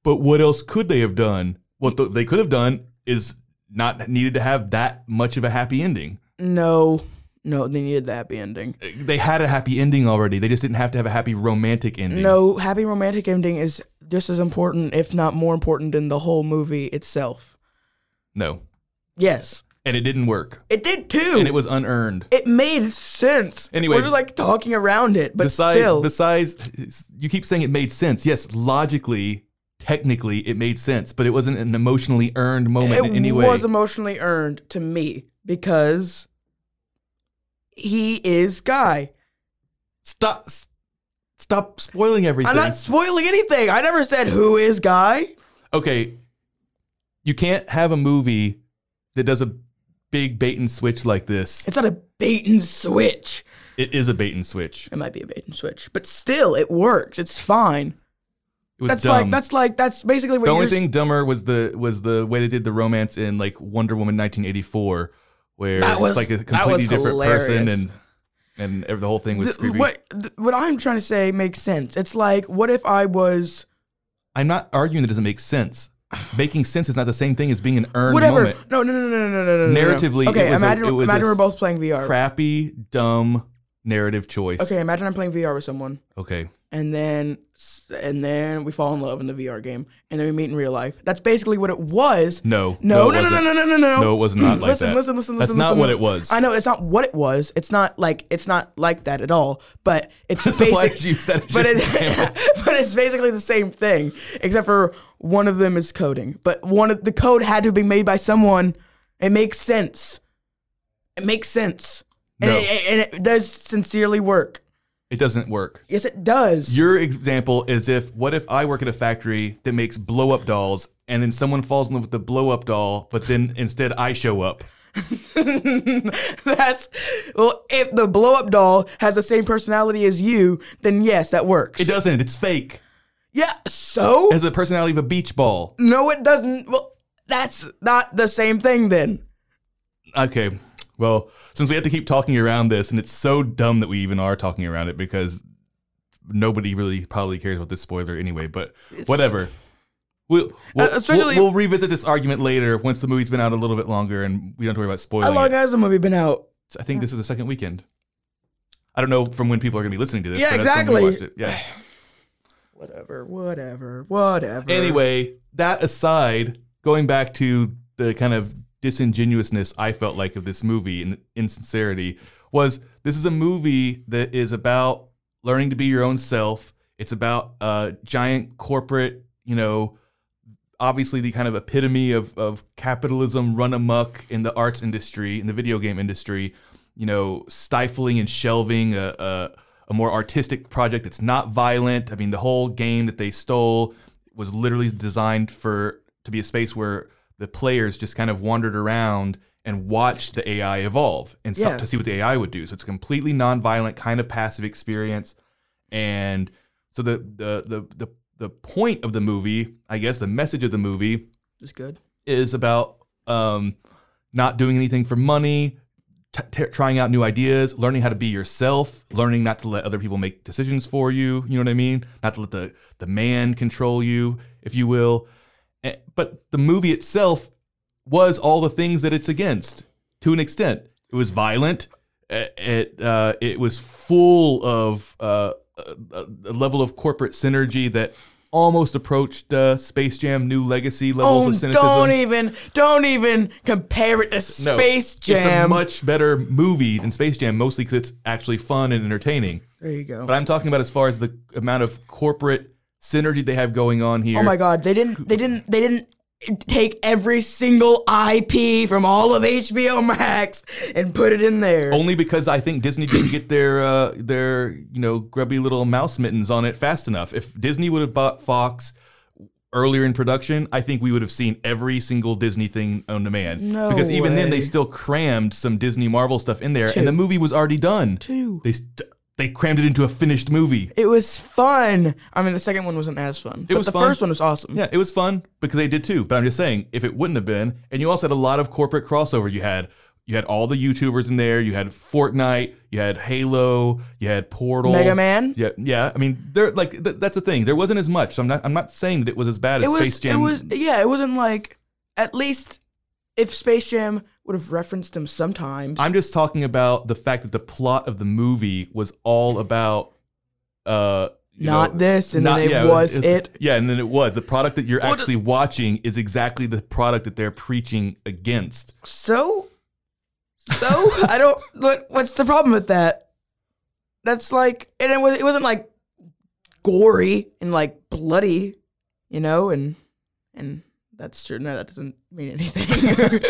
[SPEAKER 1] but what else could they have done? What th they could have done is not needed to have that much of a happy ending.
[SPEAKER 2] no, no. They needed the happy ending.
[SPEAKER 1] They had a happy ending already. They just didn't have to have a happy romantic ending.
[SPEAKER 2] No, happy romantic ending is just as important, if not more important, than the whole movie itself.
[SPEAKER 1] no,
[SPEAKER 2] Yes,
[SPEAKER 1] and it didn't work,
[SPEAKER 2] it did too.
[SPEAKER 1] and it was unearned.
[SPEAKER 2] It made sense.
[SPEAKER 1] Anyway-
[SPEAKER 2] we're just like talking around it, but
[SPEAKER 1] besides,
[SPEAKER 2] still,
[SPEAKER 1] besides, you keep saying it made sense. Yes, logically, technically, it made sense, but it wasn't an emotionally earned moment
[SPEAKER 2] it
[SPEAKER 1] in any way.
[SPEAKER 2] was emotionally earned to me because he is guy.
[SPEAKER 1] stop, s- stop spoiling everything.
[SPEAKER 2] I'm not spoiling anything. I never said who is guy.
[SPEAKER 1] okay, you can't have a movie that does a big bait and switch like this.
[SPEAKER 2] It's not a bait and switch.
[SPEAKER 1] It is a bait and switch.
[SPEAKER 2] It might be a bait and switch, but still, it works. It's fine.
[SPEAKER 1] It was
[SPEAKER 2] That's
[SPEAKER 1] dumb.
[SPEAKER 2] like that's like that's basically what
[SPEAKER 1] the only
[SPEAKER 2] you're
[SPEAKER 1] thing dumber was the was the way they did the romance in like Wonder Woman 1984, where
[SPEAKER 2] That
[SPEAKER 1] it's
[SPEAKER 2] was-
[SPEAKER 1] like a
[SPEAKER 2] that
[SPEAKER 1] completely
[SPEAKER 2] was
[SPEAKER 1] different person
[SPEAKER 2] hilarious.
[SPEAKER 1] and and ev- the whole thing was
[SPEAKER 2] Th-
[SPEAKER 1] creepy.
[SPEAKER 2] what th- what I'm trying to say makes sense. It's like what if I was
[SPEAKER 1] I'm not arguing that it doesn't make sense. Making sense is not the same thing as being an earned
[SPEAKER 2] whatever?
[SPEAKER 1] moment.
[SPEAKER 2] No, no, no, no, no, no, no, no. no.
[SPEAKER 1] Narratively,
[SPEAKER 2] okay.
[SPEAKER 1] it was a-
[SPEAKER 2] imagine
[SPEAKER 1] it was a
[SPEAKER 2] imagine we're both playing VR.
[SPEAKER 1] Crappy, dumb narrative choice.
[SPEAKER 2] Okay, imagine I'm playing VR with someone,
[SPEAKER 1] Okay.
[SPEAKER 2] and then s- and then we fall in love in the VR game, and then we meet in real life. That's basically what it was.
[SPEAKER 1] No.
[SPEAKER 2] No,
[SPEAKER 1] it
[SPEAKER 2] no, no, no,
[SPEAKER 1] wasn't.
[SPEAKER 2] no, no, no, no.
[SPEAKER 1] No, it was
[SPEAKER 2] [clears throat]
[SPEAKER 1] not like
[SPEAKER 2] listen,
[SPEAKER 1] that.
[SPEAKER 2] Listen, listen, listen,
[SPEAKER 1] That's not
[SPEAKER 2] listen.
[SPEAKER 1] what it was.
[SPEAKER 2] I know it's not what it was. It's not like it's not like that at all. But
[SPEAKER 1] [laughs]
[SPEAKER 2] it's
[SPEAKER 1] So
[SPEAKER 2] basic.
[SPEAKER 1] why did you use that as
[SPEAKER 2] but
[SPEAKER 1] [laughs] your
[SPEAKER 2] it,
[SPEAKER 1] example?
[SPEAKER 2] [laughs] but it's basically the same thing, except for one of them is coding. But one of the code had to be made by someone. It makes sense. It makes sense, and,
[SPEAKER 1] No.
[SPEAKER 2] it, and it does sincerely work.
[SPEAKER 1] It doesn't work.
[SPEAKER 2] Yes, it does.
[SPEAKER 1] Your example is if what if I work at a factory that makes blow up dolls and then someone falls in love with the blow up doll, but then instead I show up.
[SPEAKER 2] [laughs] That's well. If the blow up doll has the same personality as you, then yes, that works.
[SPEAKER 1] It doesn't. It's fake.
[SPEAKER 2] Yeah. So
[SPEAKER 1] It has the personality of a beach ball.
[SPEAKER 2] no, it doesn't. Well, that's not the same thing then.
[SPEAKER 1] Okay. Well, since we have to keep talking around this, and it's so dumb that we even are talking around it because nobody really probably cares about this spoiler anyway, but whatever. We'll, we'll,
[SPEAKER 2] especially-
[SPEAKER 1] we'll, we'll revisit this argument later once the movie's been out a little bit longer and we don't have to worry about spoiling
[SPEAKER 2] How long
[SPEAKER 1] it.
[SPEAKER 2] has the movie been out?
[SPEAKER 1] I think this is the second weekend. I don't know from when people are going to be listening to this.
[SPEAKER 2] Yeah,
[SPEAKER 1] but that's when we
[SPEAKER 2] exactly.
[SPEAKER 1] watched it. Yeah.
[SPEAKER 2] [sighs] Whatever. Whatever. Whatever.
[SPEAKER 1] Anyway, that aside, going back to the kind of disingenuousness I felt like of this movie and insincerity was this is a movie that is about learning to be your own self. It's about uh, giant corporate, you know, obviously the kind of epitome of, of capitalism run amok in the arts industry, in the video game industry, you know, stifling and shelving a, a, a more artistic project that's not violent. I mean, the whole game that they stole was literally designed for to be a space where the players just kind of wandered around and watched the AI evolve and so,
[SPEAKER 2] Yeah.
[SPEAKER 1] to see what the AI would do. So it's a completely nonviolent kind of passive experience and so the the the the the point of the movie, I guess, the message of the movie
[SPEAKER 2] It's good.
[SPEAKER 1] is about um, not doing anything for money, t- t- trying out new ideas, learning how to be yourself, learning not to let other people make decisions for you. You know what I mean? Not to let the the man control you, if you will. Eh, But the movie itself was all the things that it's against to an extent. It was violent. Eh, It uh, it was full of uh, a, a- a level of corporate synergy that almost approached uh, Space Jam: New Legacy levels
[SPEAKER 2] Oh,
[SPEAKER 1] of cynicism.
[SPEAKER 2] don't even, don't even compare it to
[SPEAKER 1] No,
[SPEAKER 2] Space Jam.
[SPEAKER 1] It's a much better movie than Space Jam, mostly because it's actually fun and entertaining.
[SPEAKER 2] there you go.
[SPEAKER 1] But I'm talking about as far as the amount of corporate synergy they have going on here.
[SPEAKER 2] Oh my god, they didn't they didn't they didn't take every single IP from all of HBO Max and put it in there.
[SPEAKER 1] Only because I think Disney didn't get their uh, their you know grubby little mouse mittens on it fast enough. If Disney would have bought Fox earlier in production, I think we would have seen every single Disney thing on demand.
[SPEAKER 2] No
[SPEAKER 1] because even then they
[SPEAKER 2] way.
[SPEAKER 1] still crammed some Disney Marvel stuff in there, and the movie was already done.
[SPEAKER 2] Two.
[SPEAKER 1] They st- they crammed it into a finished movie.
[SPEAKER 2] It was fun. I mean, the second one wasn't as fun. It but
[SPEAKER 1] was
[SPEAKER 2] the
[SPEAKER 1] fun.
[SPEAKER 2] first one was awesome.
[SPEAKER 1] Yeah, it was fun because they did too. But I'm just saying, if it wouldn't have been, and you also had a lot of corporate crossover. You had you had all the YouTubers in there. You had Fortnite. You had Halo. You had Portal.
[SPEAKER 2] Mega Man?
[SPEAKER 1] Yeah, yeah. I mean, there like th- that's the thing. There wasn't as much. So I'm not I'm not saying that it was as bad
[SPEAKER 2] It
[SPEAKER 1] as
[SPEAKER 2] was
[SPEAKER 1] Space Jam.
[SPEAKER 2] it was yeah, it wasn't like at least if Space Jam would have referenced them sometimes.
[SPEAKER 1] I'm just talking about the fact that the plot of the movie was all about uh you
[SPEAKER 2] Not this, and then it was it.
[SPEAKER 1] Yeah, and then it was. The product that you're actually watching is exactly the product that they're preaching against.
[SPEAKER 2] so so I don't what what's the problem with that? That's like and it, was, it wasn't like gory and like bloody, you know, and and that's true. No, that doesn't mean anything.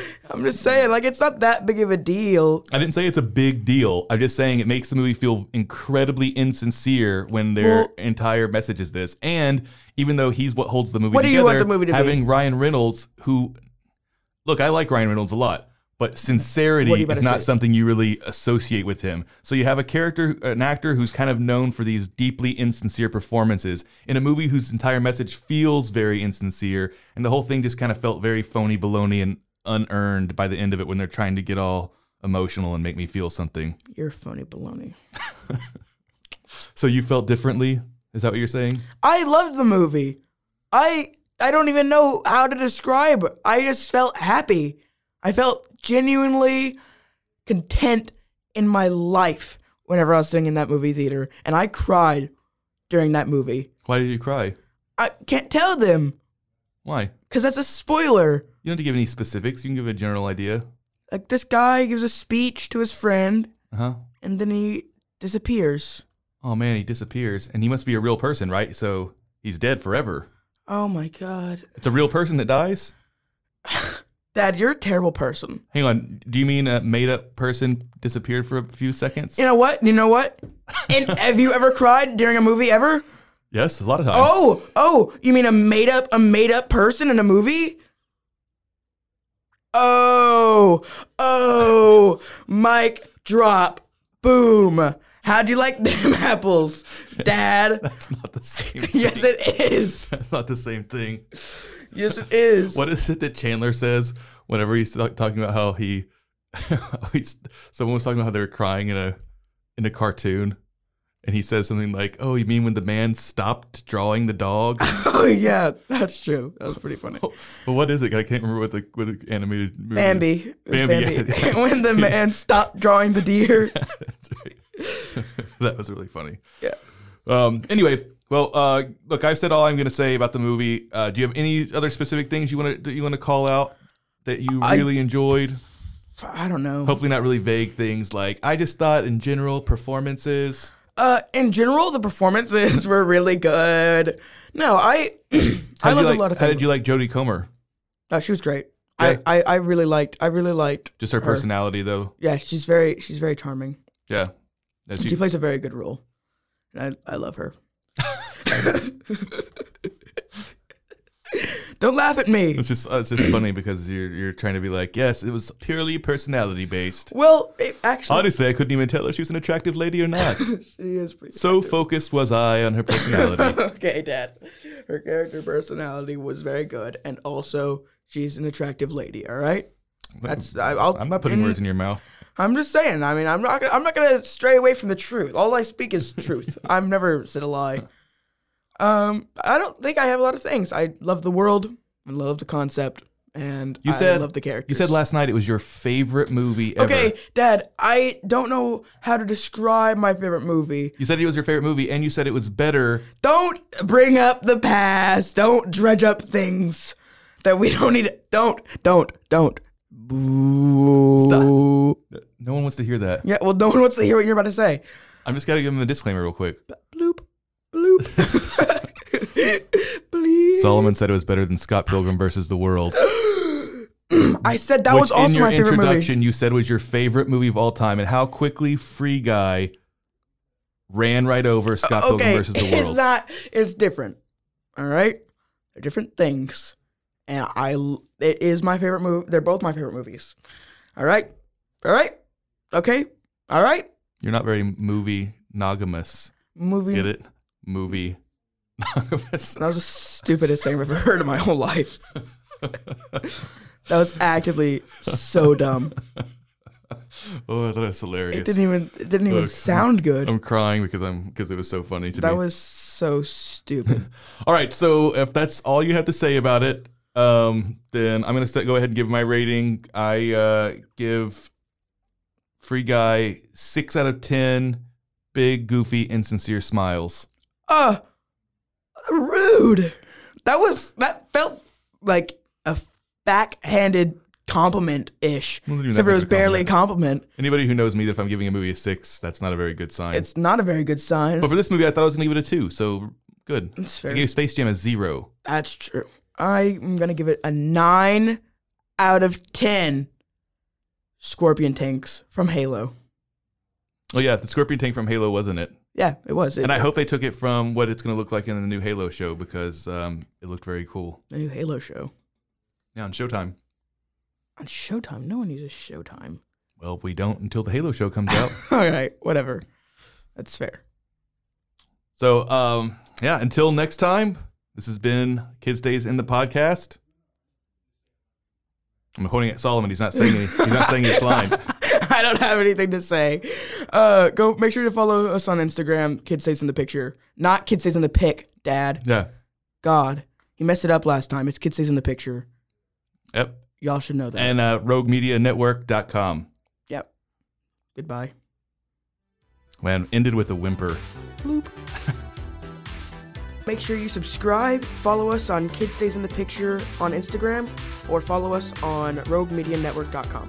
[SPEAKER 2] [laughs] I'm just saying like it's not that big of a deal.
[SPEAKER 1] I didn't say it's a big deal. I'm just saying it makes the movie feel incredibly insincere when their
[SPEAKER 2] Well-
[SPEAKER 1] entire message is this. And even though he's what holds the movie
[SPEAKER 2] What do
[SPEAKER 1] together,
[SPEAKER 2] you want the movie to be?
[SPEAKER 1] having Ryan Reynolds, who look, I like Ryan Reynolds a lot, but
[SPEAKER 2] What you
[SPEAKER 1] sincerity
[SPEAKER 2] about
[SPEAKER 1] is
[SPEAKER 2] to
[SPEAKER 1] not
[SPEAKER 2] say?
[SPEAKER 1] something you really associate with him. So you have a character, an actor who's kind of known for these deeply insincere performances in a movie whose entire message feels very insincere, and the whole thing just kind of felt very phony, baloney, and unearned by the end of it when they're trying to get all emotional and make me feel something.
[SPEAKER 2] You're phony baloney.
[SPEAKER 1] So you felt differently? Is that what you're saying?
[SPEAKER 2] I loved the movie. I I don't even know how to describe. I just felt happy. I felt genuinely content in my life whenever I was sitting in that movie theater, and I cried during that movie.
[SPEAKER 1] Why did you cry?
[SPEAKER 2] I can't tell them
[SPEAKER 1] Why? You
[SPEAKER 2] because that's a spoiler.
[SPEAKER 1] don't have to give any specifics. You can give a general idea.
[SPEAKER 2] Like this guy gives a speech to his friend,
[SPEAKER 1] Uh huh.
[SPEAKER 2] and then he disappears.
[SPEAKER 1] Oh man, he disappears, and he must be a real person, right? So he's dead forever.
[SPEAKER 2] Oh my god,
[SPEAKER 1] It's a real person that dies.
[SPEAKER 2] Dad, you're a terrible person.
[SPEAKER 1] Hang on. Do you mean a made-up person disappeared for a few seconds?
[SPEAKER 2] You know what? You know what? And have you ever cried during a movie ever?
[SPEAKER 1] Yes, a lot of times.
[SPEAKER 2] Oh, oh, you mean a made up a made up person in a movie? Oh, oh, mic drop, boom. How'd you like them [laughs] apples,
[SPEAKER 1] [laughs]
[SPEAKER 2] Dad?
[SPEAKER 1] [laughs] That's not the same. Thing.
[SPEAKER 2] [laughs] yes, it
[SPEAKER 1] [laughs]
[SPEAKER 2] is.
[SPEAKER 1] That's not the same thing.
[SPEAKER 2] Yes, it is.
[SPEAKER 1] What is it that Chandler says whenever he's t- talking about how he, [laughs] he's, someone was talking about how they were crying in a in a cartoon, and he says something like, "Oh, you mean when the man stopped drawing the dog?" [laughs]
[SPEAKER 2] [laughs] oh yeah, that's true. That was pretty funny.
[SPEAKER 1] but what is it? I can't remember what the what the animated movie.
[SPEAKER 2] Bambi, It was
[SPEAKER 1] Bambi,
[SPEAKER 2] Bambi.
[SPEAKER 1] yeah, [laughs] yeah.
[SPEAKER 2] when the man stopped drawing the deer.
[SPEAKER 1] That's right. [laughs] that was really funny.
[SPEAKER 2] Yeah.
[SPEAKER 1] Um. Anyway, well, uh, look, I've said all I'm going to say about the movie. Uh, do you have any other specific things you want to you want to call out that you
[SPEAKER 2] I-
[SPEAKER 1] really enjoyed?
[SPEAKER 2] I don't know.
[SPEAKER 1] Hopefully, not really vague things like I just thought in general performances.
[SPEAKER 2] Uh, in general, the performances were really good. No, I
[SPEAKER 1] How
[SPEAKER 2] [clears throat] I
[SPEAKER 1] did you
[SPEAKER 2] loved
[SPEAKER 1] like,
[SPEAKER 2] a lot of
[SPEAKER 1] How
[SPEAKER 2] things.
[SPEAKER 1] did you like Jodie Comer?
[SPEAKER 2] No, she was great.
[SPEAKER 1] Yeah.
[SPEAKER 2] I, I, I really liked. I really liked.
[SPEAKER 1] Just her, personality, though.
[SPEAKER 2] Yeah, she's very she's very charming.
[SPEAKER 1] Yeah. That's
[SPEAKER 2] She,
[SPEAKER 1] you-
[SPEAKER 2] plays a very good role, and I I love
[SPEAKER 1] [laughs]
[SPEAKER 2] her. Don't laugh at me.
[SPEAKER 1] it's just it's just funny because you're you're trying to be like yes it was purely personality based.
[SPEAKER 2] Well, it actually,
[SPEAKER 1] Honestly, I couldn't even tell if she was an attractive lady or not.
[SPEAKER 2] [laughs] she is pretty.
[SPEAKER 1] So focused was I on her
[SPEAKER 2] [laughs]
[SPEAKER 1] personality.
[SPEAKER 2] okay, Dad. Her character personality was very good, and also she's an attractive lady. All right. That's I, I'll,
[SPEAKER 1] I'm not putting words in your mouth.
[SPEAKER 2] I'm just saying. I mean, I'm not. Gonna, I'm not gonna stray away from the truth. All I speak
[SPEAKER 1] [laughs]
[SPEAKER 2] is truth. I've never said a lie. Um, I don't think I have a lot of things. I love the world. I love the concept, and
[SPEAKER 1] You
[SPEAKER 2] I
[SPEAKER 1] said
[SPEAKER 2] love the characters.
[SPEAKER 1] You said last night it was your favorite movie ever.
[SPEAKER 2] Okay, Dad. I don't know how to describe my favorite movie.
[SPEAKER 1] You said it was your favorite movie, and you said it was better.
[SPEAKER 2] Don't bring up the past. Don't dredge up things that we don't need. Don't. Don't. Don't. Boo.
[SPEAKER 1] No one wants to hear that.
[SPEAKER 2] Yeah. Well, no one wants to hear what you're about to say.
[SPEAKER 1] I'm just gotta give him a disclaimer real quick.
[SPEAKER 2] bloop, bloop.
[SPEAKER 1] [laughs]
[SPEAKER 2] Please.
[SPEAKER 1] Solomon said it was better than Scott Pilgrim versus the World. That
[SPEAKER 2] I said that
[SPEAKER 1] which
[SPEAKER 2] was also
[SPEAKER 1] in your
[SPEAKER 2] my favorite movie.
[SPEAKER 1] introduction you said was your favorite movie of all time, and how quickly Free Guy ran right over Scott
[SPEAKER 2] Uh, Okay,
[SPEAKER 1] Pilgrim versus the
[SPEAKER 2] it's
[SPEAKER 1] World.
[SPEAKER 2] not. It's different. All right, they're different things, and I. l- It is my favorite movie. They're both my favorite movies. All right, all right, okay, all right.
[SPEAKER 1] You're not very movie nogamous.
[SPEAKER 2] Movie.
[SPEAKER 1] Get it? Movie nogamous.
[SPEAKER 2] That was the stupidest thing I've ever heard in my whole
[SPEAKER 1] [laughs]
[SPEAKER 2] life. that was actively so dumb.
[SPEAKER 1] Oh, that was hilarious.
[SPEAKER 2] It didn't even. It didn't even
[SPEAKER 1] Look,
[SPEAKER 2] sound good.
[SPEAKER 1] I'm crying because I'm because it was so funny to
[SPEAKER 2] that
[SPEAKER 1] me.
[SPEAKER 2] was so stupid. [laughs]
[SPEAKER 1] all right, so if that's all you have to say about it, um, then I'm gonna st- go ahead and give my rating. I uh, give Free Guy six out of ten. Big, goofy, insincere smiles.
[SPEAKER 2] uh rude that was that felt like a backhanded compliment ish
[SPEAKER 1] Well, you're
[SPEAKER 2] except
[SPEAKER 1] never
[SPEAKER 2] it was
[SPEAKER 1] gonna
[SPEAKER 2] barely a compliment
[SPEAKER 1] Anybody who knows me, that if I'm giving a movie a six, that's not a very good sign.
[SPEAKER 2] it's not a very good sign
[SPEAKER 1] but for this movie, I thought I was gonna give it a two, so good.
[SPEAKER 2] That's
[SPEAKER 1] I
[SPEAKER 2] fair.
[SPEAKER 1] gave Space Jam a zero.
[SPEAKER 2] that's true i'm gonna give it a 9 out of 10 scorpion tanks from halo
[SPEAKER 1] Oh yeah, the Scorpion Tank from Halo, wasn't it?
[SPEAKER 2] yeah it was it,
[SPEAKER 1] And I hope they took it from what it's going to look like in the new Halo show because um, it looked very cool.
[SPEAKER 2] the new halo show
[SPEAKER 1] Now on Showtime.
[SPEAKER 2] on showtime no one uses showtime [laughs]
[SPEAKER 1] Well, we don't until the Halo show comes out.
[SPEAKER 2] all right whatever that's fair
[SPEAKER 1] so um, yeah, until next time. This has been Kids Days in the podcast. I'm pointing at Solomon. He's not saying any, he's not saying his line.
[SPEAKER 2] [laughs] I don't have anything to say. Uh, go make sure to follow us on Instagram. Kid stays in the picture, not kid stays in the pic. Dad,
[SPEAKER 1] Yeah.
[SPEAKER 2] God, he messed it up last time. It's kid stays in the picture.
[SPEAKER 1] Yep.
[SPEAKER 2] Y'all should know that.
[SPEAKER 1] And uh, RogueMediaNetwork.com.
[SPEAKER 2] yep. Goodbye.
[SPEAKER 1] Man, ended with a whimper.
[SPEAKER 2] Bloop. Make sure you subscribe, follow us on Kid Stays in the Picture on Instagram, or follow us on roguemedianetwork.com.